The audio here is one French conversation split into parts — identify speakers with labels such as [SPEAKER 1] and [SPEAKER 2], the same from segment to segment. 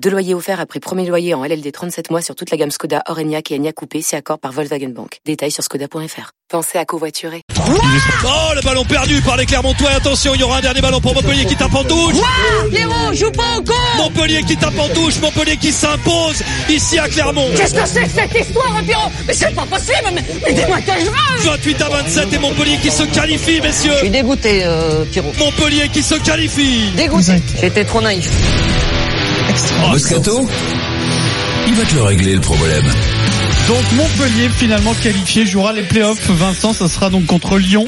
[SPEAKER 1] Deux loyers offerts après premier loyer en LLD 37 mois sur toute la gamme Skoda, Orenia et Enya Coupé, si accord par Volkswagen Bank. Détails sur skoda.fr. Pensez à covoiturer.
[SPEAKER 2] Oh, le ballon perdu par les Clermontois. Attention, il y aura un dernier ballon pour Montpellier qui tape en touche.
[SPEAKER 3] Léo, joue pas encore
[SPEAKER 2] Montpellier qui tape en touche. Montpellier qui s'impose ici à Clermont.
[SPEAKER 3] Qu'est-ce que c'est que cette histoire, hein, Pierrot Mais c'est pas possible Mais, mais dis-moi que je rage
[SPEAKER 2] 28 à 27 et Montpellier qui se qualifie,
[SPEAKER 4] Je
[SPEAKER 2] messieurs.
[SPEAKER 4] suis dégoûté, euh, Pierrot.
[SPEAKER 2] Montpellier qui se qualifie.
[SPEAKER 4] Dégoûté. J'étais trop naïf.
[SPEAKER 5] Moscato Il va te le régler le problème.
[SPEAKER 6] Donc Montpellier finalement qualifié jouera les playoffs Vincent ça sera donc contre Lyon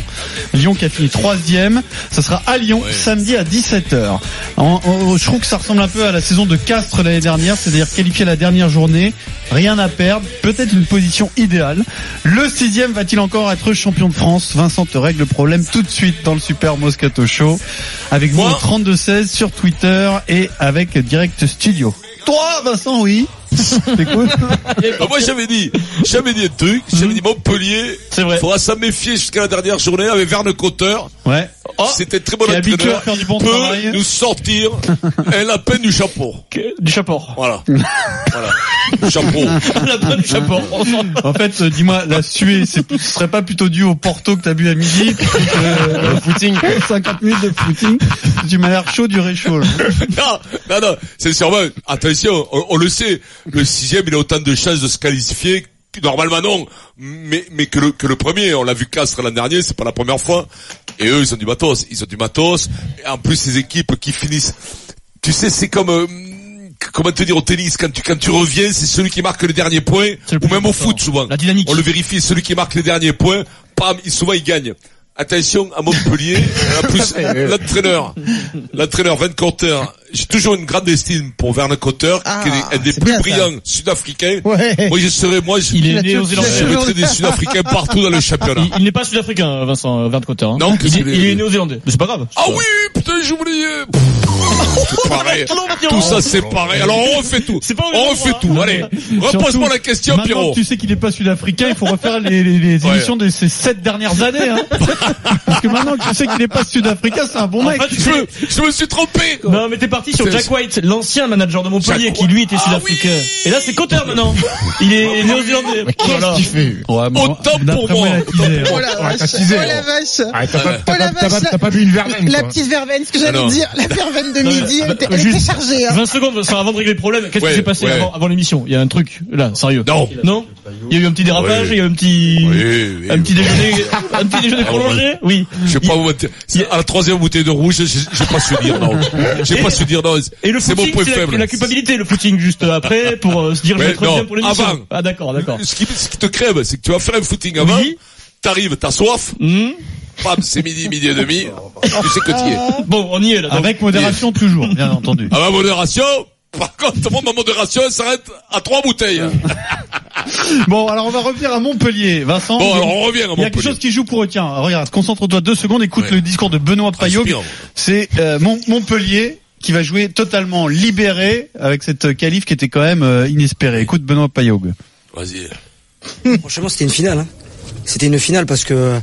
[SPEAKER 6] Lyon qui a fini troisième ça sera à Lyon samedi à 17h En- en- je trouve que ça ressemble un peu à la saison de Castres l'année dernière c'est-à-dire qualifié la dernière journée rien à perdre peut-être une position idéale le sixième va-t-il encore être champion de France Vincent te règle le problème tout de suite dans le Super Moscato Show avec moi
[SPEAKER 2] Moi
[SPEAKER 6] 32-16 sur Twitter et avec Direct Studio toi Vincent oui T'écoutes
[SPEAKER 7] Ah, moi j'avais dit, j'avais dit un truc,
[SPEAKER 6] Hmm.
[SPEAKER 7] j'avais dit Montpellier,
[SPEAKER 6] c'est vrai
[SPEAKER 7] faudra s'en méfier jusqu'à la dernière journée avec Verne Cotter.
[SPEAKER 6] ouais
[SPEAKER 8] Oh,
[SPEAKER 7] C'était un très bon
[SPEAKER 6] Oh. Qui est habitué
[SPEAKER 7] entraîneur.
[SPEAKER 6] à faire du bon
[SPEAKER 7] Il peut
[SPEAKER 6] travail.
[SPEAKER 7] nous sortir un lapin du chapeau.
[SPEAKER 6] du chapeau.
[SPEAKER 7] Voilà. voilà. Du chapeau.
[SPEAKER 6] Lapin du chapeau. en fait, euh, dis-moi, la suée, c'est- ce serait pas plutôt dû au porto que t'as bu à midi plutôt que euh, au footing 50 minutes de footing. Tu m'as l'air chaud du réchaud. là.
[SPEAKER 7] Non, non, non, c'est sûrement, attention, on, on le sait, le sixième, il a autant de chances de se qualifier, que- normalement non, mais, mais que, le, que le premier, on l'a vu Castres l'an dernier, c'est pas la première fois, et eux, ils ont du matos, ils ont du matos, et en plus, ces équipes qui finissent, tu sais, c'est comme, euh, comment te dire, au tennis, quand tu, quand tu reviens, c'est celui qui marque le dernier point,
[SPEAKER 6] C'est le plus
[SPEAKER 7] ou même au
[SPEAKER 6] important.
[SPEAKER 7] foot, souvent.
[SPEAKER 6] La dynamique.
[SPEAKER 7] On le vérifie, celui qui marque les derniers points, pam, il- souvent il gagne. Attention à Montpellier, en plus
[SPEAKER 9] Eh,
[SPEAKER 7] l'entraîneur, l'entraîneur Van Cotter. J'ai toujours une grande estime pour Verne Cotter, qui est un des
[SPEAKER 9] Ah, c'est
[SPEAKER 7] plus
[SPEAKER 9] bien, ça.
[SPEAKER 7] brillants sud-africains.
[SPEAKER 9] Ouais.
[SPEAKER 7] Moi je serais, moi je,
[SPEAKER 8] Il est
[SPEAKER 9] Il a
[SPEAKER 8] né
[SPEAKER 9] tout
[SPEAKER 8] aux
[SPEAKER 9] fait.
[SPEAKER 7] je
[SPEAKER 8] Zélandais.
[SPEAKER 7] mettrais des Sud-Africains partout dans le championnat.
[SPEAKER 8] Il, il n'est pas sud-africain, euh, Vincent Verdecotter. Hein.
[SPEAKER 7] Non,
[SPEAKER 8] il,
[SPEAKER 7] qu'est-ce
[SPEAKER 8] est-
[SPEAKER 7] qu'il est-
[SPEAKER 8] il est né aux Zélandais. Mais c'est pas grave.
[SPEAKER 7] Ah oui, putain, j'ai oublié. Pff, C'est pareil. Tout ça c'est pareil. Alors on refait tout.
[SPEAKER 8] C'est pas au même
[SPEAKER 7] On refait
[SPEAKER 8] endroit.
[SPEAKER 7] tout. Allez, repose-moi la question,
[SPEAKER 6] Maintenant
[SPEAKER 7] Pierrot.
[SPEAKER 6] que tu sais qu'il est pas sud-africain, il faut refaire les, les, les
[SPEAKER 7] Ouais.
[SPEAKER 6] émissions de ces sept dernières années. Hein. Parce que maintenant que tu sais qu'il est pas sud-africain, c'est un bon mec.
[SPEAKER 8] En fait,
[SPEAKER 7] Je, me- je me suis trompé. quoi.
[SPEAKER 8] Non, mais t'es parti sur
[SPEAKER 7] C'est-
[SPEAKER 8] Jack White, l'ancien manager de Montpellier,
[SPEAKER 7] Jack
[SPEAKER 8] qui lui était
[SPEAKER 7] Ah
[SPEAKER 8] sud-africain.
[SPEAKER 7] oui Ah
[SPEAKER 8] Et là, c'est Cotter maintenant. Il est néo-zélandais. Voilà.
[SPEAKER 9] fait
[SPEAKER 6] Ouais, bon,
[SPEAKER 7] Autant
[SPEAKER 6] d'après
[SPEAKER 7] pour
[SPEAKER 6] moi, il
[SPEAKER 7] moi.
[SPEAKER 6] a teasé, hein.
[SPEAKER 3] Oh la vache Oh la vache
[SPEAKER 10] Ah,
[SPEAKER 3] Oh la vache la- La petite verveine, ce que
[SPEAKER 7] Ah
[SPEAKER 3] j'allais
[SPEAKER 7] non.
[SPEAKER 3] dire, la verveine de midi,
[SPEAKER 10] ah,
[SPEAKER 3] elle était, elle était
[SPEAKER 8] Juste-
[SPEAKER 3] chargée. Hein.
[SPEAKER 8] 20 secondes, Vincent, avant de régler le problème. Qu'est-ce
[SPEAKER 7] Ouais,
[SPEAKER 8] qui s'est passé
[SPEAKER 7] ouais.
[SPEAKER 8] avant, avant l'émission Il y a un truc, là, sérieux.
[SPEAKER 7] Non.
[SPEAKER 8] Non Il y a eu un petit dérapage,
[SPEAKER 7] Oui.
[SPEAKER 8] il y a eu un petit...
[SPEAKER 7] Oui, oui,
[SPEAKER 8] Un petit déjeuner, un petit déjeuner prolongé Oui.
[SPEAKER 7] Je sais pas vous mentir. C'est À la troisième bouteille de rouge, j'ai j'ai pas su dire non. J'ai pas su dire non.
[SPEAKER 8] Et le
[SPEAKER 7] C'est mon
[SPEAKER 8] footing,
[SPEAKER 7] point
[SPEAKER 8] c'est la,
[SPEAKER 7] faible.
[SPEAKER 8] la culpabilité, le footing juste après pour euh, se dire je
[SPEAKER 7] Mais
[SPEAKER 8] vais être
[SPEAKER 7] non,
[SPEAKER 8] bien pour l'émission.
[SPEAKER 7] avant. Ah
[SPEAKER 8] Ah d'accord, d'accord.
[SPEAKER 7] Ce qui, ce qui te crève, c'est que tu vas faire un footing avant,
[SPEAKER 8] Oui.
[SPEAKER 7] t'arrives, t'as soif,
[SPEAKER 8] Hmm.
[SPEAKER 7] bam, c'est midi, midi et demi, tu sais que t'y es.
[SPEAKER 8] Bon, on y est là. donc.
[SPEAKER 6] Avec modération toujours, bien entendu.
[SPEAKER 7] À ma modération, par contre, moi, ma modération, elle s'arrête à trois bouteilles.
[SPEAKER 6] Bon, alors on va revenir à Montpellier. Vincent,
[SPEAKER 7] Bon,
[SPEAKER 6] on-
[SPEAKER 7] alors on
[SPEAKER 6] Il y
[SPEAKER 7] revient à
[SPEAKER 6] a quelque
[SPEAKER 7] Montpellier.
[SPEAKER 6] chose qui joue pour eux. Tiens, regarde, concentre-toi deux secondes, écoute
[SPEAKER 7] Ouais. Ah,
[SPEAKER 6] le discours de Benoît Payot.
[SPEAKER 7] Inspirant.
[SPEAKER 6] C'est euh, Mon- Montpellier qui va jouer totalement libéré avec cette euh, qualif qui était quand même euh, inespérée. Écoute Benoît Payot.
[SPEAKER 7] Vas-y.
[SPEAKER 4] Franchement, c'était une finale. hein. C'était une finale parce que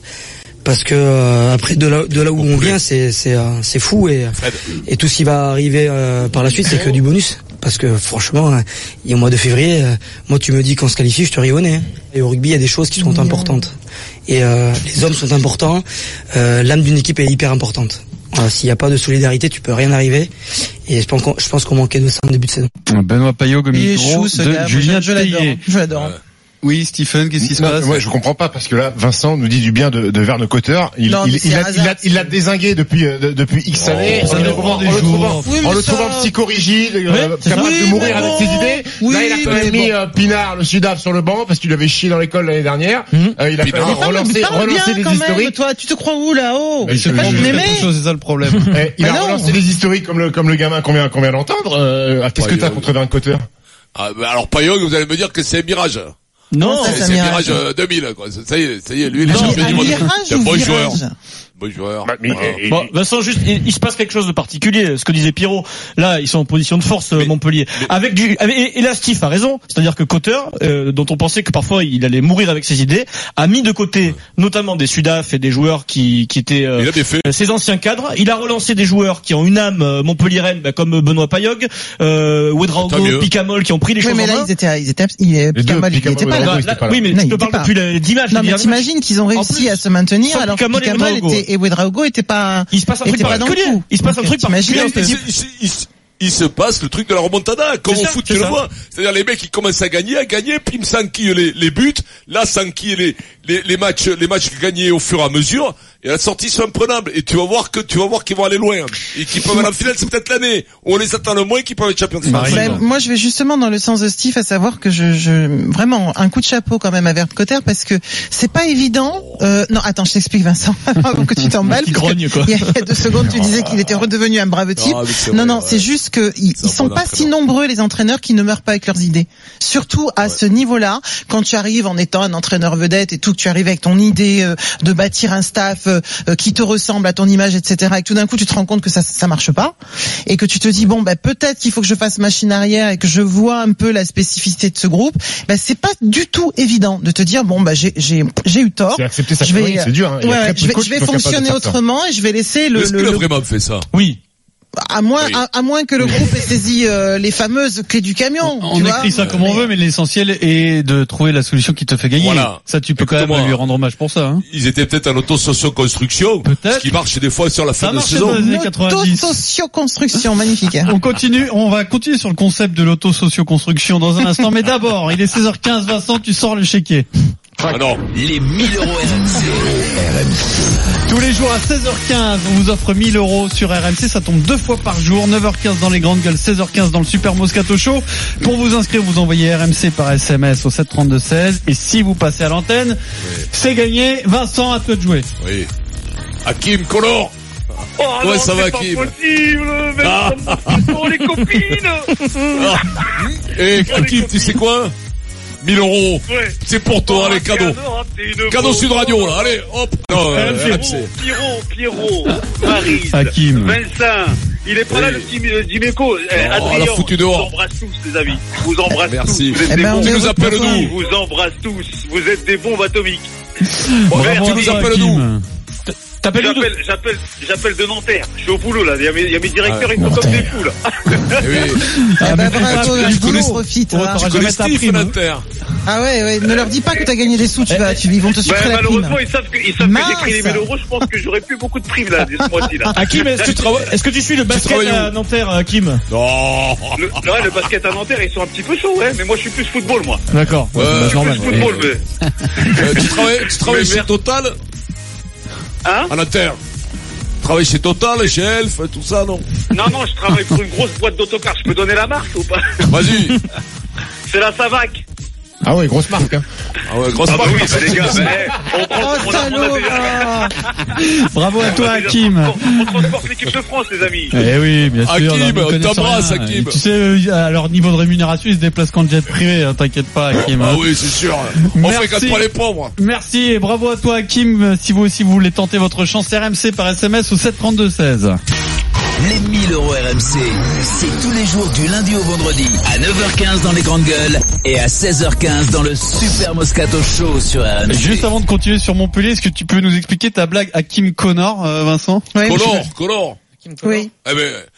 [SPEAKER 4] parce que euh, après de là, de là où on vient, c'est c'est euh, c'est fou et
[SPEAKER 7] Fred.
[SPEAKER 4] et tout ce qui va arriver euh, par la suite, c'est que du bonus. Parce que franchement, hein, et au mois de février, euh, moi tu me dis qu'on se qualifie, je te ris au nez, hein. Et au rugby, il y a des choses qui sont importantes. Et euh, les hommes sont importants. euh, L'âme d'une équipe est hyper importante. Voilà, S'il n'y a pas de solidarité, tu peux rien arriver. Et je pense qu'on je pense qu'on manquait de ça en début de saison.
[SPEAKER 6] Benoît Payot,
[SPEAKER 9] Il est chou ce gars, je, je l'adore. Je l'adore.
[SPEAKER 6] Oui, Stephen, qu'est-ce qui se passe
[SPEAKER 10] Moi, je comprends pas parce que là, Vincent nous dit du bien de, de Verne Cotter. Il,
[SPEAKER 9] Non, mais
[SPEAKER 10] il,
[SPEAKER 9] c'est
[SPEAKER 10] il
[SPEAKER 9] un
[SPEAKER 10] a, il, a,
[SPEAKER 9] hasard,
[SPEAKER 10] il l'a désingué depuis euh, de- depuis X
[SPEAKER 7] Oh,
[SPEAKER 10] années.
[SPEAKER 6] ça
[SPEAKER 10] en le
[SPEAKER 6] dépend
[SPEAKER 10] trouvant,
[SPEAKER 6] des
[SPEAKER 10] en le
[SPEAKER 6] jours.
[SPEAKER 10] trouvant-
[SPEAKER 9] Oui, mais
[SPEAKER 10] en le
[SPEAKER 9] ça-
[SPEAKER 10] trouvant psychorigide, euh,
[SPEAKER 8] Ouais, c'est
[SPEAKER 10] capable
[SPEAKER 9] ça.
[SPEAKER 10] de
[SPEAKER 9] Oui,
[SPEAKER 10] mourir
[SPEAKER 9] mais
[SPEAKER 10] avec
[SPEAKER 9] bon.
[SPEAKER 10] ses idées.
[SPEAKER 9] Oui,
[SPEAKER 10] là, il a quand
[SPEAKER 9] mais
[SPEAKER 10] même mis
[SPEAKER 9] bon.
[SPEAKER 10] euh, Pinard, le Sudaf, sur le banc parce qu'il l'avait chié dans l'école l'année dernière. Euh, il a
[SPEAKER 7] Pinard.
[SPEAKER 10] fallu
[SPEAKER 7] Mais
[SPEAKER 9] Parle-
[SPEAKER 10] relancer,
[SPEAKER 9] parle
[SPEAKER 10] relancer
[SPEAKER 9] bien
[SPEAKER 10] les
[SPEAKER 9] quand même,
[SPEAKER 10] historiques.
[SPEAKER 9] toi, tu te crois où là-haut
[SPEAKER 10] Mais je-
[SPEAKER 9] Pas
[SPEAKER 10] je-
[SPEAKER 9] ton aimé
[SPEAKER 6] Quelque chose, c'est ça le problème.
[SPEAKER 10] Eh, Il
[SPEAKER 9] Mais
[SPEAKER 10] a
[SPEAKER 9] non.
[SPEAKER 10] relancé les historiques comme le comme le gamin qu'on vient qu'on vient d'entendre. Euh, Qu'est-ce que
[SPEAKER 7] Ouais,
[SPEAKER 10] t'as
[SPEAKER 7] ouais.
[SPEAKER 10] contre Verne Cotter
[SPEAKER 7] Ah, bah, alors, Payog, vous allez me dire que c'est un mirage. Non,
[SPEAKER 9] ça,
[SPEAKER 7] c'est
[SPEAKER 9] c'est un
[SPEAKER 7] c'est
[SPEAKER 9] mirage.
[SPEAKER 7] Mirage euh, 2000, quoi. Ça y est, ça y est, lui, il est
[SPEAKER 9] Non,
[SPEAKER 7] champion
[SPEAKER 9] un
[SPEAKER 7] du monde.
[SPEAKER 9] mirage
[SPEAKER 7] C'est un
[SPEAKER 9] ou
[SPEAKER 7] bon
[SPEAKER 9] virage
[SPEAKER 7] joueur. Bon joueur.
[SPEAKER 11] Bah,
[SPEAKER 7] Voilà.
[SPEAKER 11] Bon, Vincent, juste, il, il se passe quelque chose de particulier. Ce que disait Pierrot, là, ils sont en position de force, euh, Montpellier. Avec du, avec, et, et là, Steve a raison. C'est-à-dire que Cotter, euh, dont on pensait que parfois il allait mourir avec ses idées, a mis de côté, notamment des Sudaf et des joueurs qui, qui étaient euh, euh, ses anciens cadres. Il a relancé des joueurs qui ont une âme euh, montpelliéraine, bah, comme Benoît Payog, euh,
[SPEAKER 9] Tant
[SPEAKER 11] Wedraogo,
[SPEAKER 9] mieux.
[SPEAKER 11] Picamol, qui ont pris les
[SPEAKER 9] Oui,
[SPEAKER 11] choses
[SPEAKER 9] mais
[SPEAKER 11] en
[SPEAKER 9] là,
[SPEAKER 11] main.
[SPEAKER 9] ils étaient, ils étaient, abs- il est, Picamol, il
[SPEAKER 11] Picamol,
[SPEAKER 9] était pas
[SPEAKER 11] Wedraogo,
[SPEAKER 9] là.
[SPEAKER 11] il était pas là. Oui, mais je te parle depuis la- d'image,
[SPEAKER 9] Non,
[SPEAKER 11] les
[SPEAKER 9] mais
[SPEAKER 11] dernières
[SPEAKER 9] t'imagines
[SPEAKER 11] images.
[SPEAKER 9] qu'ils ont réussi à se maintenir,
[SPEAKER 11] sans
[SPEAKER 9] alors que
[SPEAKER 11] Picamol et
[SPEAKER 9] Picamol
[SPEAKER 11] Wedraogo.
[SPEAKER 9] était, et Wedraogo était pas,
[SPEAKER 11] il se passe un truc
[SPEAKER 9] pas dans le
[SPEAKER 11] particulier.
[SPEAKER 9] coup.
[SPEAKER 11] Il se passe un
[SPEAKER 9] Donc,
[SPEAKER 11] truc
[SPEAKER 9] t'imagines,
[SPEAKER 7] Mais
[SPEAKER 9] en fait,
[SPEAKER 7] il, se- il se- il se passe le truc de la remontada, comme
[SPEAKER 11] C'est
[SPEAKER 7] au
[SPEAKER 11] ça,
[SPEAKER 7] foot
[SPEAKER 11] c'est
[SPEAKER 7] tu le
[SPEAKER 11] ça.
[SPEAKER 7] vois. C'est-à-dire les mecs ils commencent à gagner, à gagner, puis ils s'enquillent les, les buts, là s'enquillent les, les, les matchs, les matchs gagnés au fur et à mesure, et à la sortie ils sont imprenables. Et tu vas voir que tu vas voir qu'ils vont aller loin et qu'ils peuvent aller en finale, c'est peut-être l'année où on les attend le moins qu'ils peuvent être champions de France.
[SPEAKER 9] Ben, moi, je vais justement dans le sens de Steve, à savoir que je, je- vraiment un coup de chapeau quand même à Vert Cotter parce que c'est pas évident. Euh, non, attends, je t'explique Vincent, avant que tu t'emballes.
[SPEAKER 11] Il
[SPEAKER 9] parce que
[SPEAKER 11] grogne, quoi.
[SPEAKER 9] Il y a il y a deux secondes, tu disais qu'il était redevenu un brave type.
[SPEAKER 7] Ah,
[SPEAKER 11] mais c'est
[SPEAKER 9] Non,
[SPEAKER 11] vrai,
[SPEAKER 9] non,
[SPEAKER 11] ouais.
[SPEAKER 7] euh,
[SPEAKER 9] c'est juste que ils, ils sont
[SPEAKER 11] bon
[SPEAKER 9] pas si nombreux les entraîneurs qui ne meurent pas avec leurs idées. Surtout à ce niveau-là, quand tu arrives en étant un entraîneur vedette et tout, que tu arrives avec ton idée euh, de bâtir un staff euh, euh, qui te ressemble à ton image, etc. Et que tout d'un coup tu te rends compte que ça ça marche pas et que tu te dis bon bah peut-être qu'il faut que je fasse machine arrière et que je vois un peu la spécificité de ce groupe. Bah c'est pas du tout évident de te dire bon bah j'ai j'ai j'ai eu tort.
[SPEAKER 12] C'est accepter sa connerie, c'est dur, hein. Il y a
[SPEAKER 9] Ouais,
[SPEAKER 12] très peu
[SPEAKER 9] je
[SPEAKER 12] de
[SPEAKER 9] vais,
[SPEAKER 12] coachs
[SPEAKER 9] je
[SPEAKER 12] qui
[SPEAKER 9] vais
[SPEAKER 12] sont capables de
[SPEAKER 9] fonctionner
[SPEAKER 12] faire ça.
[SPEAKER 9] autrement et je vais laisser le,
[SPEAKER 7] Est-ce
[SPEAKER 9] le-
[SPEAKER 7] qu'il a
[SPEAKER 9] le-
[SPEAKER 7] vraiment fait ça
[SPEAKER 11] Oui.
[SPEAKER 9] à moins à, à moins que le groupe ait saisi euh, les fameuses clés du camion.
[SPEAKER 6] On
[SPEAKER 9] tu vois.
[SPEAKER 6] écrit ça comme on veut, mais l'essentiel est de trouver la solution qui te fait gagner.
[SPEAKER 7] Voilà.
[SPEAKER 6] Ça, tu peux quand même
[SPEAKER 7] Écoute-moi.
[SPEAKER 6] lui rendre hommage pour ça. Hein.
[SPEAKER 7] Ils étaient peut-être en auto-socio-construction, ce qui marche des fois sur la fin de
[SPEAKER 6] marchait
[SPEAKER 7] saison.
[SPEAKER 6] dans les années 90.
[SPEAKER 9] Auto-socio-construction, magnifique.
[SPEAKER 11] Ah,
[SPEAKER 9] hein.
[SPEAKER 6] On continue, on va continuer sur le concept de l'auto-socio-construction dans un instant. Mais d'abord, il est 16h15, Vincent, tu sors le chéquier.
[SPEAKER 7] Ah non.
[SPEAKER 13] Les 1000 euros RMC.
[SPEAKER 6] Tous les jours à 16h15, on vous offre 1000 euros sur RMC. Ça tombe deux fois par jour. 9h15 dans les grandes gueules, 16h15 dans le Super Moscato Show. Pour vous inscrire, vous envoyez RMC par SMS au 732-16. Et si vous passez à l'antenne, c'est gagné. Vincent, à toi de jouer.
[SPEAKER 7] Oui. Hakim Color. ouais, ça
[SPEAKER 9] Oh,
[SPEAKER 7] va, Hakim. Ah.
[SPEAKER 11] les copines
[SPEAKER 7] Eh, Hakim, tu sais quoi 1000 euros.
[SPEAKER 11] Ouais. Oh,
[SPEAKER 7] C'est pour toi, les cadeaux. Cadeau Sud Radio, là. Allez, hop. Non,
[SPEAKER 11] Ah,
[SPEAKER 7] euh, RMC.
[SPEAKER 11] Pierrot, Pierrot, Marie,
[SPEAKER 7] Ah,
[SPEAKER 6] Hakim.
[SPEAKER 11] Vincent, il est pas là le petit, le petit méco. Eh, Adrien,
[SPEAKER 7] l'a foutu dehors.
[SPEAKER 11] Je vous embrasse tous, les amis. Je vous embrasse
[SPEAKER 7] Merci.
[SPEAKER 11] tous. Vous êtes
[SPEAKER 7] Eh
[SPEAKER 11] des
[SPEAKER 7] ben,
[SPEAKER 11] bons.
[SPEAKER 7] on Tu nous est appelles content. nous.
[SPEAKER 11] Je vous embrasse tous. Vous êtes des bombes atomiques.
[SPEAKER 7] Bon,
[SPEAKER 11] Vert,
[SPEAKER 7] tu nous appelles nous.
[SPEAKER 11] J'appelle, j'appelle, j'appelle de Nanterre. Je suis au boulot là. Il y a mes, il y a mes directeurs,
[SPEAKER 7] Ah,
[SPEAKER 11] ils sont comme des fous là.
[SPEAKER 7] Eh
[SPEAKER 9] Ah bah,
[SPEAKER 7] mais
[SPEAKER 9] bravo,
[SPEAKER 7] tu
[SPEAKER 9] un
[SPEAKER 7] connais-
[SPEAKER 9] boulot, profite. hein.
[SPEAKER 7] Tu connais Steve Nanter.
[SPEAKER 9] Ah ouais, ouais, ne leur dis pas que t'as gagné des sous, tu vas, tu, ils vont te
[SPEAKER 11] Ben,
[SPEAKER 9] sucrer la prime.
[SPEAKER 11] malheureusement, ils savent que, ils savent que
[SPEAKER 9] Mince.
[SPEAKER 11] j'ai pris les 1000 euros. Je pense que j'aurais plus beaucoup de primes là, ce mois-ci là.
[SPEAKER 6] Hakim, est-ce que, tu, est-ce que tu suis le basket
[SPEAKER 11] travailles où
[SPEAKER 6] à Nanterre, Hakim
[SPEAKER 7] Non.
[SPEAKER 11] Le, ouais, le basket à Nanterre, ils sont un petit peu chauds, ouais. Mais moi, je suis plus football, moi.
[SPEAKER 6] D'accord. Ouais,
[SPEAKER 11] Euh, Je
[SPEAKER 6] bah,
[SPEAKER 11] suis
[SPEAKER 6] normal.
[SPEAKER 11] plus football, mais.
[SPEAKER 7] Euh, tu travailles, tu travailles chez Total
[SPEAKER 11] Hein
[SPEAKER 7] À Nanterre. Tu travailles chez Total, chez Elf, tout ça, non
[SPEAKER 11] Non, non, je travaille pour une grosse boîte d'autocars. Je peux donner la marque ou pas
[SPEAKER 7] Vas-y.
[SPEAKER 11] C'est la Savac.
[SPEAKER 12] Ah ouais, grosse marque, hein.
[SPEAKER 7] Ah ouais, grosse
[SPEAKER 11] Ah bah
[SPEAKER 7] marque.
[SPEAKER 11] oui, bah les gars, bah, eh, on prend
[SPEAKER 9] Oh,
[SPEAKER 11] on a- on a
[SPEAKER 9] salaud,
[SPEAKER 11] déjà-
[SPEAKER 9] bah.
[SPEAKER 6] Bravo à
[SPEAKER 11] on a
[SPEAKER 6] toi,
[SPEAKER 11] déjà-
[SPEAKER 6] Hakim.
[SPEAKER 11] On, on transporte l'équipe de France, les amis.
[SPEAKER 6] Eh oui, bien sûr.
[SPEAKER 7] Hakim,
[SPEAKER 6] non, mais
[SPEAKER 7] on
[SPEAKER 6] connaissant
[SPEAKER 7] t'embrasse,
[SPEAKER 6] rien.
[SPEAKER 7] Hakim.
[SPEAKER 6] Et Tu sais, eux, à leur niveau de rémunération, ils se déplacent qu'en jet privé, hein, t'inquiète pas, Hakim.
[SPEAKER 7] Ah
[SPEAKER 6] hein.
[SPEAKER 7] oui, c'est sûr. On
[SPEAKER 6] Merci.
[SPEAKER 7] fréquente pas les pauvres.
[SPEAKER 6] Merci et bravo à toi, Hakim. Si vous aussi vous voulez tenter votre chance, RMC par SMS au 732-16.
[SPEAKER 12] Ah,
[SPEAKER 13] Les 1000 euros RMC, c'est tous les jours du lundi au vendredi à 9h15 dans les grandes gueules et à 16h15 dans le Super Moscato Show sur RMC.
[SPEAKER 6] Juste avant de continuer sur Montpellier, est-ce que tu peux nous expliquer ta blague Hakim Connor, euh, Vincent
[SPEAKER 7] Color, Color.
[SPEAKER 9] Oui.
[SPEAKER 7] Eh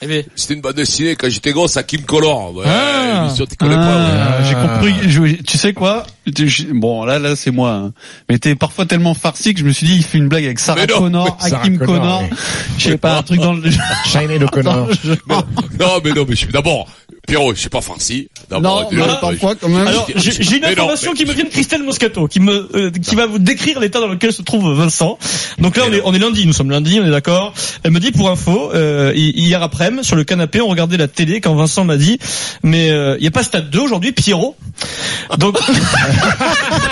[SPEAKER 7] ben, c'était une bande dessinée quand j'étais gosse à Kim Color. Ouais,
[SPEAKER 6] Ah.
[SPEAKER 7] bien sûr, tu connais pas, ouais.
[SPEAKER 6] Ah, J'ai compris. je- tu sais quoi Tu- je- Bon, là, là, c'est moi. hein. Mais t'es parfois tellement farci que je me suis dit, il fait une blague avec Sarah
[SPEAKER 7] Mais non,
[SPEAKER 6] Connor,
[SPEAKER 12] Sarah
[SPEAKER 6] Hakim
[SPEAKER 12] Connor,
[SPEAKER 6] Connor.
[SPEAKER 12] oui.
[SPEAKER 6] Je sais pas, un truc dans le.
[SPEAKER 12] Shiny le connard.
[SPEAKER 7] Non, non, mais non, mais je suis d'abord, Pierrot, je suis pas farci.
[SPEAKER 11] Ah
[SPEAKER 6] Non,
[SPEAKER 7] D'abord, euh,
[SPEAKER 6] voilà,
[SPEAKER 7] je-
[SPEAKER 12] quand même
[SPEAKER 11] bah, Alors, j'ai j'ai une
[SPEAKER 7] Mais non,
[SPEAKER 11] information
[SPEAKER 7] mais-
[SPEAKER 11] qui me vient de Christelle Moscato, qui me, euh, qui va vous décrire l'état dans lequel se trouve Vincent. Donc là, on est, on est lundi, nous sommes lundi, on est d'accord. Elle me dit pour info, euh, hi- hier après-midi, sur le canapé, on regardait la télé quand Vincent m'a dit, mais il n'y a pas Stade 2 aujourd'hui, Pierrot. Donc, donc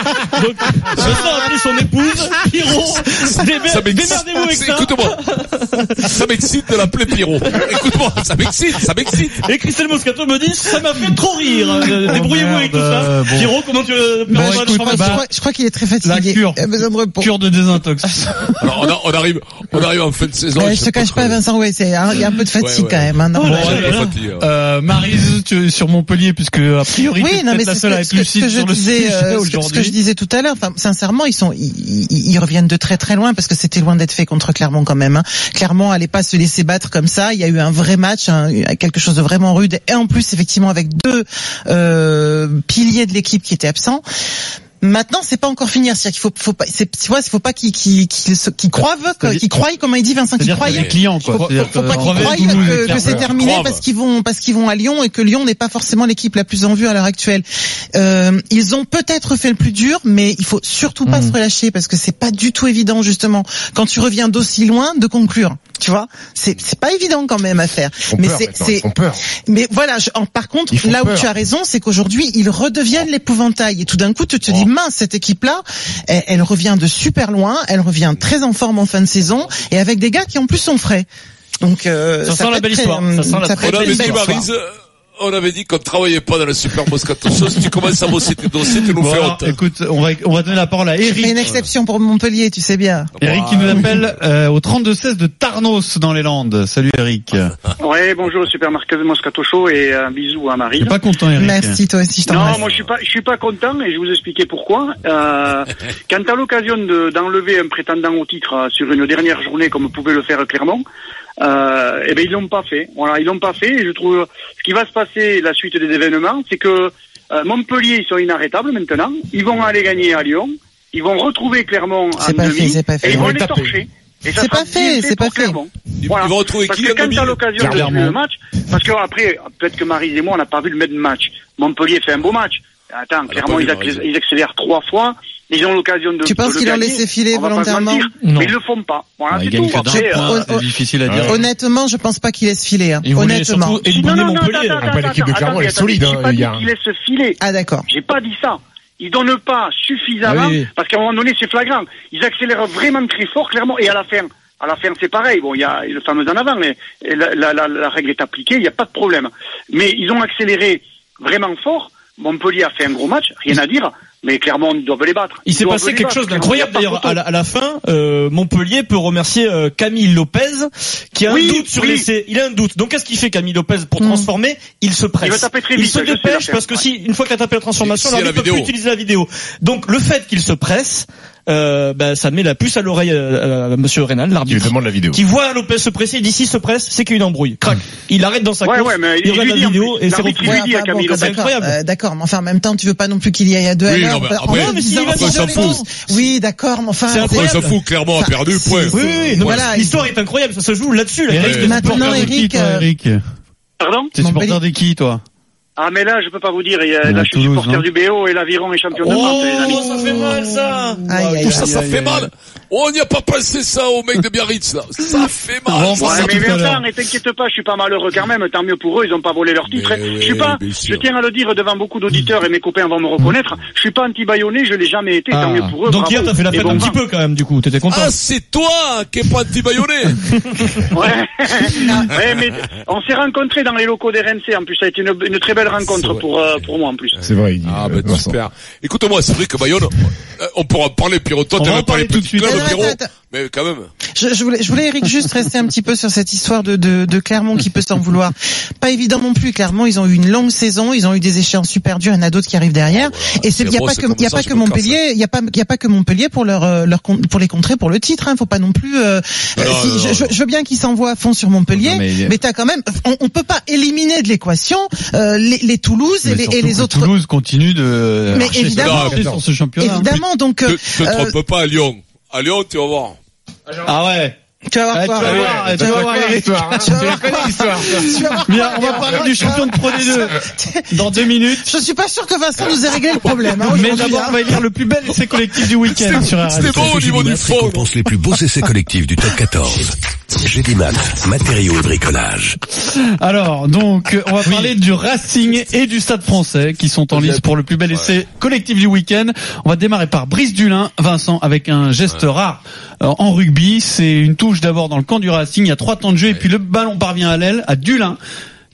[SPEAKER 11] Vincent a appelé son épouse, Pierrot. démer-
[SPEAKER 7] Ça m'excite.
[SPEAKER 11] Démerdez-vous avec ça.
[SPEAKER 7] Écoute-moi. Ça m'excite de l'appeler Pierrot. Écoute-moi, ça m'excite, ça m'excite.
[SPEAKER 11] Et Christelle Moscato
[SPEAKER 8] bientôt me disent ça m'a fait trop rire. Euh,
[SPEAKER 9] Oh,
[SPEAKER 8] Débrouillez-vous avec tout ça.
[SPEAKER 6] merde, bon.
[SPEAKER 8] Giro, comment tu euh,
[SPEAKER 6] Bon,
[SPEAKER 8] perds-tu la
[SPEAKER 6] écoute,
[SPEAKER 8] formation
[SPEAKER 6] bah,
[SPEAKER 9] Je crois, je crois qu'il est très
[SPEAKER 6] La
[SPEAKER 9] fatigué. Eh,
[SPEAKER 6] cure.
[SPEAKER 9] Il a besoin de repos.
[SPEAKER 6] Cure de désintox.
[SPEAKER 7] Alors, on, a- on arrive, on arrive en fin de saison.
[SPEAKER 9] Ouais,
[SPEAKER 7] et
[SPEAKER 9] Eh, je te cache pas, Vincent, ouais, c'est, hein, il y a un peu de fatigue
[SPEAKER 7] Ouais, Oh ouais.
[SPEAKER 9] quand même. hein, non,
[SPEAKER 7] Bon,
[SPEAKER 9] mais-
[SPEAKER 7] ouais,
[SPEAKER 6] alors,
[SPEAKER 7] fatigué, ouais.
[SPEAKER 6] Euh, Marise, tu- sur Montpellier, puisque a priori,
[SPEAKER 9] Oui,
[SPEAKER 6] t'es
[SPEAKER 9] non,
[SPEAKER 6] peut-être
[SPEAKER 9] mais
[SPEAKER 6] la
[SPEAKER 9] c'est ce
[SPEAKER 6] seule à
[SPEAKER 9] que,
[SPEAKER 6] être
[SPEAKER 9] ce que- ce
[SPEAKER 6] lucide
[SPEAKER 9] que je
[SPEAKER 6] sur le
[SPEAKER 9] disais,
[SPEAKER 6] sujet
[SPEAKER 9] euh, ce que- ce que je
[SPEAKER 6] aujourd'hui.
[SPEAKER 9] disais tout à l'heure. Enfin, sincèrement, ils sont, ils, ils- ils reviennent de très très loin parce que c'était loin d'être fait contre Clermont quand même. hein. Clermont allait pas se laisser battre comme ça. Il y a eu un vrai match, un- quelque chose de vraiment rude. Et en plus, effectivement, avec deux euh, piliers de l'équipe qui étaient absents. Maintenant, c'est pas encore fini. C'est-à-dire qu'il faut, faut pas, c'est- tu vois, faut pas qu'ils qu'ils qu'ils se- qu'ils croient, qu'ils croient, comme il dit Vincent, qu'ils
[SPEAKER 6] C'est-à-dire
[SPEAKER 9] croient.
[SPEAKER 6] qu'il y a des clients, quoi.
[SPEAKER 9] Faut, faut-
[SPEAKER 6] C'est-à-dire
[SPEAKER 9] faut pas
[SPEAKER 6] que-
[SPEAKER 9] qu'ils croient
[SPEAKER 6] Toulouse et
[SPEAKER 9] que, que
[SPEAKER 6] Clermont.
[SPEAKER 9] c'est terminé
[SPEAKER 7] Croient.
[SPEAKER 10] bah.
[SPEAKER 9] parce qu'ils vont parce qu'ils vont à Lyon et que Lyon n'est pas forcément l'équipe la plus en vue à l'heure actuelle. Euh, ils ont peut-être fait le plus dur, mais il faut surtout pas
[SPEAKER 10] Hmm.
[SPEAKER 9] se relâcher parce que c'est pas du tout évident justement quand tu reviens d'aussi loin de conclure. Tu vois, c'est c'est pas évident quand même à faire.
[SPEAKER 10] Ils font
[SPEAKER 9] Mais
[SPEAKER 10] peur
[SPEAKER 9] c'est
[SPEAKER 10] maintenant,
[SPEAKER 9] c'est-
[SPEAKER 10] ils font peur.
[SPEAKER 9] mais voilà, je- en- par contre,
[SPEAKER 10] Ils font
[SPEAKER 9] là où
[SPEAKER 10] peur. Oh.
[SPEAKER 9] tu as raison, c'est qu'aujourd'hui, ils redeviennent l'épouvantail. Et tout d'un coup, tu te dis, mince, cette équipe-là, elle, elle revient de super loin, elle revient très en forme en fin de saison, et avec des gars qui en plus sont frais. Donc, euh,
[SPEAKER 8] Ça sent
[SPEAKER 9] peut
[SPEAKER 8] la
[SPEAKER 9] être
[SPEAKER 8] belle
[SPEAKER 9] très,
[SPEAKER 8] histoire.
[SPEAKER 9] euh,
[SPEAKER 8] Ça sent la
[SPEAKER 9] ça
[SPEAKER 8] très
[SPEAKER 9] peut
[SPEAKER 7] On
[SPEAKER 9] être
[SPEAKER 7] avait
[SPEAKER 9] une
[SPEAKER 7] dit,
[SPEAKER 11] hein.
[SPEAKER 9] belle
[SPEAKER 7] Marise,
[SPEAKER 9] histoire.
[SPEAKER 7] euh, on avait dit qu'on travaillait pas dans la Super Moscato Show. Si tu commences à bosser tes dossiers, tu nous
[SPEAKER 6] Bon,
[SPEAKER 7] fais
[SPEAKER 6] alors,
[SPEAKER 7] honte.
[SPEAKER 6] écoute, on va, on va donner la parole à Eric.
[SPEAKER 9] Mais une exception pour Montpellier, tu sais bien.
[SPEAKER 6] Eric qui nous appelle euh, au 32-16 de Tarnos dans les Landes. Salut Eric.
[SPEAKER 11] Ah, Ouais, bonjour, supermarché Moscato Show et un bisou à Marie.
[SPEAKER 6] T'es pas content Eric
[SPEAKER 9] Merci, toi aussi, je
[SPEAKER 11] Non,
[SPEAKER 9] t'embrasse.
[SPEAKER 11] moi je suis pas, je suis pas content et je vais vous expliquer pourquoi. Euh, quant à l'occasion de- d'enlever un prétendant au titre euh, sur une dernière journée comme pouvait le faire Clermont, euh, eh ben ils l'ont pas fait. Voilà, ils l'ont pas fait. Et je trouve ce qui va se passer la suite des événements, c'est que euh, Montpellier ils sont inarrêtables maintenant. Ils vont aller gagner à Lyon. Ils vont retrouver Clermont en
[SPEAKER 9] C'est pas fait,
[SPEAKER 11] demi
[SPEAKER 9] c'est pas fait.
[SPEAKER 11] et ils
[SPEAKER 10] Ils
[SPEAKER 11] vont
[SPEAKER 10] vont
[SPEAKER 11] les
[SPEAKER 10] taper.
[SPEAKER 11] torcher. Et ça
[SPEAKER 9] C'est
[SPEAKER 11] sera
[SPEAKER 9] pas fait,
[SPEAKER 11] bien
[SPEAKER 9] c'est pas
[SPEAKER 11] pour
[SPEAKER 9] fait.
[SPEAKER 11] Clermont.
[SPEAKER 7] Ils-
[SPEAKER 11] Voilà.
[SPEAKER 7] Ils vont retrouver
[SPEAKER 11] Parce
[SPEAKER 7] qui
[SPEAKER 11] que
[SPEAKER 7] en
[SPEAKER 11] quand
[SPEAKER 7] demi
[SPEAKER 11] t'as l'occasion de
[SPEAKER 6] Clairement.
[SPEAKER 11] jouer le match, parce que après, peut-être que Marise et moi, on n'a pas vu le même match. Montpellier fait un beau match. Attends, clairement,
[SPEAKER 7] pas vu
[SPEAKER 11] ils,
[SPEAKER 7] Maryse.
[SPEAKER 11] acc- ils accélèrent trois fois. Ils ont l'occasion de.
[SPEAKER 9] Tu penses
[SPEAKER 11] de le
[SPEAKER 9] qu'ils l'ont
[SPEAKER 11] gagner.
[SPEAKER 9] laissé filer
[SPEAKER 11] On va pas se
[SPEAKER 9] volontairement
[SPEAKER 11] mentir,
[SPEAKER 8] Non.
[SPEAKER 11] Mais ils le font pas. Voilà,
[SPEAKER 6] Ah,
[SPEAKER 11] c'est
[SPEAKER 6] il gagne
[SPEAKER 11] tout.
[SPEAKER 6] que d'un
[SPEAKER 11] Après,
[SPEAKER 6] point,
[SPEAKER 9] euh,
[SPEAKER 6] c'est difficile à dire.
[SPEAKER 9] Honnêtement, je pense pas qu'il laisse filer. hein.
[SPEAKER 8] Ils voulaient
[SPEAKER 9] Honnêtement.
[SPEAKER 8] surtout éliminer Montpellier.
[SPEAKER 10] attends. Après, l'équipe de Clermont, elle est solide, hein,
[SPEAKER 11] Il
[SPEAKER 10] les gars.
[SPEAKER 11] Ils laissent filer.
[SPEAKER 9] Ah d'accord.
[SPEAKER 11] J'ai pas dit ça. Ils donnent pas suffisamment
[SPEAKER 6] Ah oui, oui.
[SPEAKER 11] parce qu'à un moment donné c'est flagrant. Ils accélèrent vraiment très fort, clairement, et à la fin, à la fin c'est pareil. Bon, il y a le fameux en avant, mais la, la- la- la règle est appliquée, il n'y a pas de problème. Mais ils ont accéléré vraiment fort. Montpellier a fait un gros match, rien à dire, mais clairement ils doivent les battre.
[SPEAKER 8] Il
[SPEAKER 11] Ils
[SPEAKER 8] s'est
[SPEAKER 11] doivent
[SPEAKER 8] passé
[SPEAKER 11] les
[SPEAKER 8] quelque
[SPEAKER 11] battre,
[SPEAKER 8] chose
[SPEAKER 11] clairement,
[SPEAKER 8] d'incroyable
[SPEAKER 11] il y a pas
[SPEAKER 8] d'ailleurs
[SPEAKER 11] photo.
[SPEAKER 8] à la, à la fin. euh, Montpellier peut remercier euh, Camille Lopez qui a un
[SPEAKER 11] Oui,
[SPEAKER 8] doute sur
[SPEAKER 11] oui.
[SPEAKER 8] l'essai. Il a un doute. Donc qu'est-ce qu'il fait Camille Lopez pour
[SPEAKER 9] Mm.
[SPEAKER 8] transformer Il se presse.
[SPEAKER 11] Il va taper très vite,
[SPEAKER 8] se
[SPEAKER 11] je sais
[SPEAKER 8] dépêche
[SPEAKER 11] l'affaire.
[SPEAKER 8] parce que si une fois qu'il a tapé la transformation,
[SPEAKER 7] Il
[SPEAKER 8] alors
[SPEAKER 7] sait
[SPEAKER 8] il
[SPEAKER 7] la
[SPEAKER 8] peut plus
[SPEAKER 7] vidéo.
[SPEAKER 8] utiliser la vidéo. Donc le fait qu'il se presse, euh, bah, ça met la puce à l'oreille euh, à, Monsieur Reynal,
[SPEAKER 10] Tu lui
[SPEAKER 8] l'arbitre.
[SPEAKER 10] demandes la vidéo.
[SPEAKER 8] Qui voit Lopez se presser, il dit s'il se presse, c'est qu'il y a une embrouille. Crac. Il arrête dans sa
[SPEAKER 11] Ouais,
[SPEAKER 8] course,
[SPEAKER 11] ouais, mais
[SPEAKER 8] il
[SPEAKER 11] il
[SPEAKER 8] regarde
[SPEAKER 11] lui dit
[SPEAKER 8] la
[SPEAKER 11] en
[SPEAKER 8] vidéo
[SPEAKER 11] plus.
[SPEAKER 8] et c'est Ah,
[SPEAKER 11] L'arbitre,
[SPEAKER 8] repris.
[SPEAKER 11] il lui dit à
[SPEAKER 9] enfin, bon,
[SPEAKER 11] Camille
[SPEAKER 9] quand
[SPEAKER 11] Lopez.
[SPEAKER 9] ah, d'accord,
[SPEAKER 8] Incroyable.
[SPEAKER 9] euh, d'accord, mais enfin en même temps, tu veux pas non plus qu'il y aille à deux à
[SPEAKER 7] Oui,
[SPEAKER 9] l'heure.
[SPEAKER 7] non, mais
[SPEAKER 9] en
[SPEAKER 7] après-
[SPEAKER 9] en
[SPEAKER 7] Non,
[SPEAKER 8] mais s'il
[SPEAKER 9] disant,
[SPEAKER 8] va
[SPEAKER 9] enfin,
[SPEAKER 8] dans
[SPEAKER 9] je
[SPEAKER 8] un
[SPEAKER 9] pense-
[SPEAKER 8] sens.
[SPEAKER 9] Oui, d'accord, mais enfin.
[SPEAKER 8] C'est
[SPEAKER 7] On
[SPEAKER 8] incroyable.
[SPEAKER 7] s'en Ah, fout, clairement, a
[SPEAKER 9] Enfin,
[SPEAKER 7] perdu,
[SPEAKER 9] si,
[SPEAKER 7] point.
[SPEAKER 9] si,
[SPEAKER 8] Oui, oui, oui. Non, mais
[SPEAKER 9] Voilà,
[SPEAKER 8] L'histoire est incroyable, ça se joue là-dessus. La
[SPEAKER 6] Eric,
[SPEAKER 8] crise
[SPEAKER 6] t'es
[SPEAKER 8] de
[SPEAKER 9] Maintenant,
[SPEAKER 6] supporter de qui,
[SPEAKER 9] Eric,
[SPEAKER 6] toi,
[SPEAKER 9] euh,
[SPEAKER 6] Eric
[SPEAKER 11] Pardon
[SPEAKER 6] T'es supporter
[SPEAKER 9] Montpellier.
[SPEAKER 6] de qui toi
[SPEAKER 11] Ah mais là je peux pas vous dire, il y a-
[SPEAKER 6] Euh,
[SPEAKER 11] là je suis
[SPEAKER 6] Toulouse,
[SPEAKER 11] supporter
[SPEAKER 6] hein.
[SPEAKER 11] du BO et l'aviron est champion de France les amis.
[SPEAKER 8] Oh, ça fait mal ça
[SPEAKER 9] Aïe, aïe,
[SPEAKER 7] Tout
[SPEAKER 9] aïe.
[SPEAKER 7] ça, ça fait mal. On n'y a pas pensé ça au mec de Biarritz, là. Ça fait
[SPEAKER 8] Ah,
[SPEAKER 6] Bon,
[SPEAKER 7] mal.
[SPEAKER 6] bon,
[SPEAKER 7] Ça,
[SPEAKER 11] Ouais,
[SPEAKER 6] tout
[SPEAKER 7] ça-
[SPEAKER 11] mais
[SPEAKER 6] à l'heure.
[SPEAKER 11] Vincent, et t'inquiète pas, je suis pas malheureux quand même, tant mieux pour eux, ils ont pas volé leur titre.
[SPEAKER 7] Mais
[SPEAKER 11] je suis
[SPEAKER 7] ouais,
[SPEAKER 11] pas,
[SPEAKER 7] bien
[SPEAKER 11] je
[SPEAKER 7] sûr.
[SPEAKER 11] tiens à le dire devant beaucoup d'auditeurs et mes copains vont me reconnaître, je suis pas anti-baïonné, je l'ai jamais été, tant mieux pour eux.
[SPEAKER 8] Mm. Ah. Donc
[SPEAKER 11] bravo.
[SPEAKER 8] hier, t'as fait la
[SPEAKER 11] Et
[SPEAKER 8] fête
[SPEAKER 11] bon
[SPEAKER 8] un petit
[SPEAKER 11] vent.
[SPEAKER 8] peu quand même, du coup. T'étais content.
[SPEAKER 7] Ah, c'est toi qui est pas anti-baïonné.
[SPEAKER 11] Ouais. Ouais, mais on s'est rencontrés dans les locaux des RMC, en plus, ça a été une, une très belle rencontre
[SPEAKER 7] vrai.
[SPEAKER 11] pour, euh, pour moi, en plus.
[SPEAKER 10] C'est vrai. il dit,
[SPEAKER 7] Ah,
[SPEAKER 9] bah,
[SPEAKER 10] euh,
[SPEAKER 7] ben,
[SPEAKER 10] Vincent.
[SPEAKER 7] super. Écoute-moi, c'est vrai que Bayonne, euh, on pourra en parler, Pierrot. Toi,
[SPEAKER 6] On va
[SPEAKER 7] t'aimes
[SPEAKER 6] en
[SPEAKER 7] pas
[SPEAKER 6] parler
[SPEAKER 7] les
[SPEAKER 6] tout de
[SPEAKER 7] petits
[SPEAKER 6] suite.
[SPEAKER 7] clubs,
[SPEAKER 9] Attends,
[SPEAKER 7] Pierrot.
[SPEAKER 9] attends, attends.
[SPEAKER 7] Mais quand même.
[SPEAKER 9] Je, je voulais, je voulais Eric juste rester un petit peu sur cette histoire de, de, de Clermont qui peut s'en vouloir. Pas évident non plus. Clermont, ils ont eu une longue saison, ils ont eu des échéances super dures, il y en a d'autres qui arrivent derrière. et c'est,
[SPEAKER 7] c'est
[SPEAKER 9] il y a
[SPEAKER 7] bon,
[SPEAKER 9] pas
[SPEAKER 7] c'est
[SPEAKER 9] que,
[SPEAKER 7] comme
[SPEAKER 9] il y a
[SPEAKER 7] ça,
[SPEAKER 9] pas
[SPEAKER 7] je
[SPEAKER 9] que
[SPEAKER 7] me casse.
[SPEAKER 9] Montpellier, il y a pas, il y a pas que Montpellier pour leur, euh, leur, con- pour les contrer, pour le titre. Hein, faut pas non plus. euh,
[SPEAKER 7] Non,
[SPEAKER 9] euh,
[SPEAKER 7] non,
[SPEAKER 9] si-
[SPEAKER 7] non,
[SPEAKER 9] je,
[SPEAKER 7] non.
[SPEAKER 9] je- je veux bien qu'ils s'envoient à fond sur Montpellier,
[SPEAKER 6] Non, mais
[SPEAKER 9] mais,
[SPEAKER 6] il y a-
[SPEAKER 9] t'as quand même. On, on peut pas éliminer de l'équation euh, les, les Toulouse et
[SPEAKER 6] Mais
[SPEAKER 9] les,
[SPEAKER 6] surtout
[SPEAKER 9] et les
[SPEAKER 6] que
[SPEAKER 9] autres.
[SPEAKER 6] Toulouse hein. continue de
[SPEAKER 9] Mais
[SPEAKER 6] marcher sur-
[SPEAKER 9] évidemment.
[SPEAKER 6] marcher sur ce championnat.
[SPEAKER 9] Évidemment, donc
[SPEAKER 7] Te,
[SPEAKER 9] euh,
[SPEAKER 7] te
[SPEAKER 9] euh,
[SPEAKER 7] trompe pas à Lyon. À Lyon, tu vas voir.
[SPEAKER 6] Ah ouais.
[SPEAKER 9] tu vas
[SPEAKER 6] Ouais,
[SPEAKER 9] voir
[SPEAKER 6] tu vas
[SPEAKER 9] quoi.
[SPEAKER 6] voir, eh, tu
[SPEAKER 10] Tu
[SPEAKER 6] vas
[SPEAKER 10] la
[SPEAKER 6] voir,
[SPEAKER 10] connais,
[SPEAKER 6] Eric.
[SPEAKER 10] l'histoire, hein.
[SPEAKER 9] Tu vas
[SPEAKER 10] Tu la
[SPEAKER 9] voir
[SPEAKER 10] connais,
[SPEAKER 9] quoi.
[SPEAKER 10] l'histoire.
[SPEAKER 9] Tu vas voir
[SPEAKER 6] Bien,
[SPEAKER 9] quoi,
[SPEAKER 6] on va parler du champion de Pro D2
[SPEAKER 9] Ça-
[SPEAKER 6] dans deux minutes.
[SPEAKER 9] Je suis pas sûr que Vincent nous ait réglé le problème. hein,
[SPEAKER 6] Mais
[SPEAKER 9] aujourd'hui,
[SPEAKER 6] d'abord, on
[SPEAKER 9] hein.
[SPEAKER 6] va lire le plus bel essai collectif du week-end sur RMC.
[SPEAKER 7] C'était bon au niveau du fond.
[SPEAKER 14] récompense les plus beaux essais collectifs du top 14. Gédimat, matériaux et bricolage.
[SPEAKER 6] Alors, donc, euh, on va parler du Racing et du Stade français qui sont en lice pour le plus bel essai collectif du week-end. On va démarrer par Brice Dulin, Vincent, avec un geste rare euh, en rugby. C'est une touche d'abord dans le camp du Racing. Il y a trois temps de jeu et puis le ballon parvient à l'aile à Dulin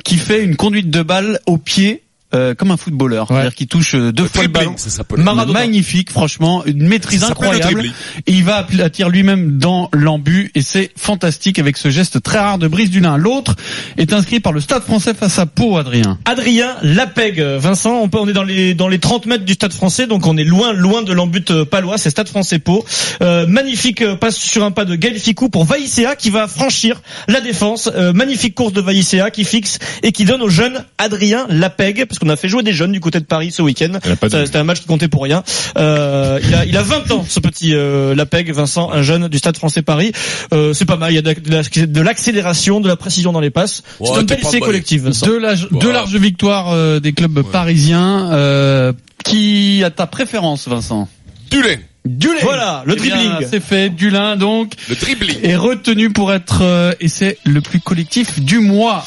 [SPEAKER 6] qui fait une conduite de balle au pied. euh, comme un footballeur, c'est-à-dire qu'il touche euh, deux
[SPEAKER 7] Le
[SPEAKER 6] fois le
[SPEAKER 7] dribbling,
[SPEAKER 6] ballon.
[SPEAKER 7] ça s'appelle.
[SPEAKER 6] Maradona.
[SPEAKER 7] Le
[SPEAKER 6] Magnifique, franchement, une maîtrise
[SPEAKER 7] Ça s'appelle le
[SPEAKER 6] incroyable.
[SPEAKER 7] dribbling.
[SPEAKER 6] Et il va appeler- attirer lui-même dans l'embu et c'est fantastique avec ce geste très rare de brise du l'un à l'autre. Est inscrit par le Stade Français face à Pau, Adrien.
[SPEAKER 8] Adrien Lapeg, Vincent, on, peut, on est dans les dans les 30 mètres du Stade Français, donc on est loin loin de l'embut euh, palois, c'est Stade Français Pau. Euh, magnifique euh, passe sur un pas de Gaël Ficou pour Vaïsea qui va franchir la défense. Euh, magnifique course de Vaïsea qui fixe et qui donne au jeune Adrien Lapeg, parce qu'on a fait jouer des jeunes du côté de Paris ce week-end. Ça, C'était un match qui comptait pour rien. Euh, il, a, il a 20 ans ce petit euh, Lapeg, Vincent, un jeune du Stade Français Paris. Euh, c'est pas mal, il y a de la- de l'accélération, de la précision dans les passes. c'est
[SPEAKER 6] Ouais,
[SPEAKER 8] un
[SPEAKER 6] t'es
[SPEAKER 8] bel
[SPEAKER 6] pas
[SPEAKER 8] essai
[SPEAKER 6] emballé.
[SPEAKER 8] collectif. Vincent.
[SPEAKER 6] Deux, larges- deux larges victoires euh, des clubs parisiens. euh, qui a ta préférence, Vincent
[SPEAKER 7] Dulin.
[SPEAKER 6] Dulin.
[SPEAKER 8] Voilà, le
[SPEAKER 6] Eh bien,
[SPEAKER 8] dribbling.
[SPEAKER 6] C'est fait. Dulin donc
[SPEAKER 7] Le dribbling.
[SPEAKER 6] est retenu pour être euh, et c'est le plus collectif du mois.